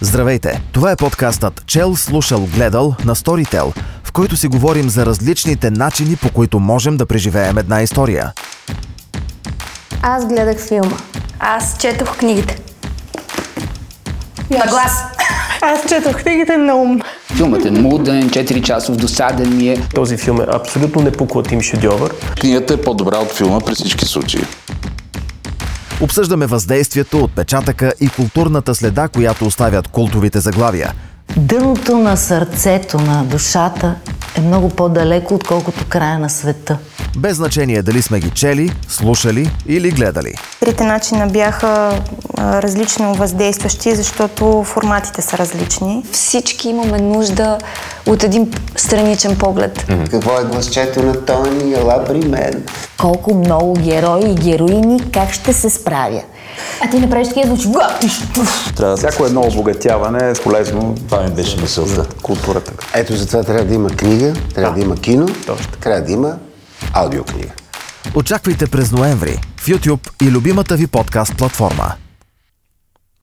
Здравейте! Това е подкастът Чел, слушал, гледал на Storytel, в който си говорим за различните начини, по които можем да преживеем една история. Аз гледах филма. Аз четох книгите. Ясно. На глас. Аз четох книгите на ум. Филмът е муден, 4 часов, досаден ми е. Този филм е абсолютно непоклатим шедьовър. Книгата е по-добра от филма при всички случаи. Обсъждаме въздействието, отпечатъка и културната следа, която оставят култовите заглавия. Дъното на сърцето, на душата е много по-далеко, отколкото края на света. Без значение дали сме ги чели, слушали или гледали. Трите начина бяха а, различно въздействащи, защото форматите са различни. Всички имаме нужда от един страничен поглед. Какво е гласчето на Тони? Ела при мен. колко много герои и героини, как ще се справя. А ти направиш такива звучи. «Га, ти ще- туф». Всяко едно обогатяване е полезно Това ми беше мисълта. културата. Ето затова трябва да има книга, трябва да, има кино, трябва да има аудиокнига. Очаквайте през ноември в YouTube и любимата ви подкаст платформа.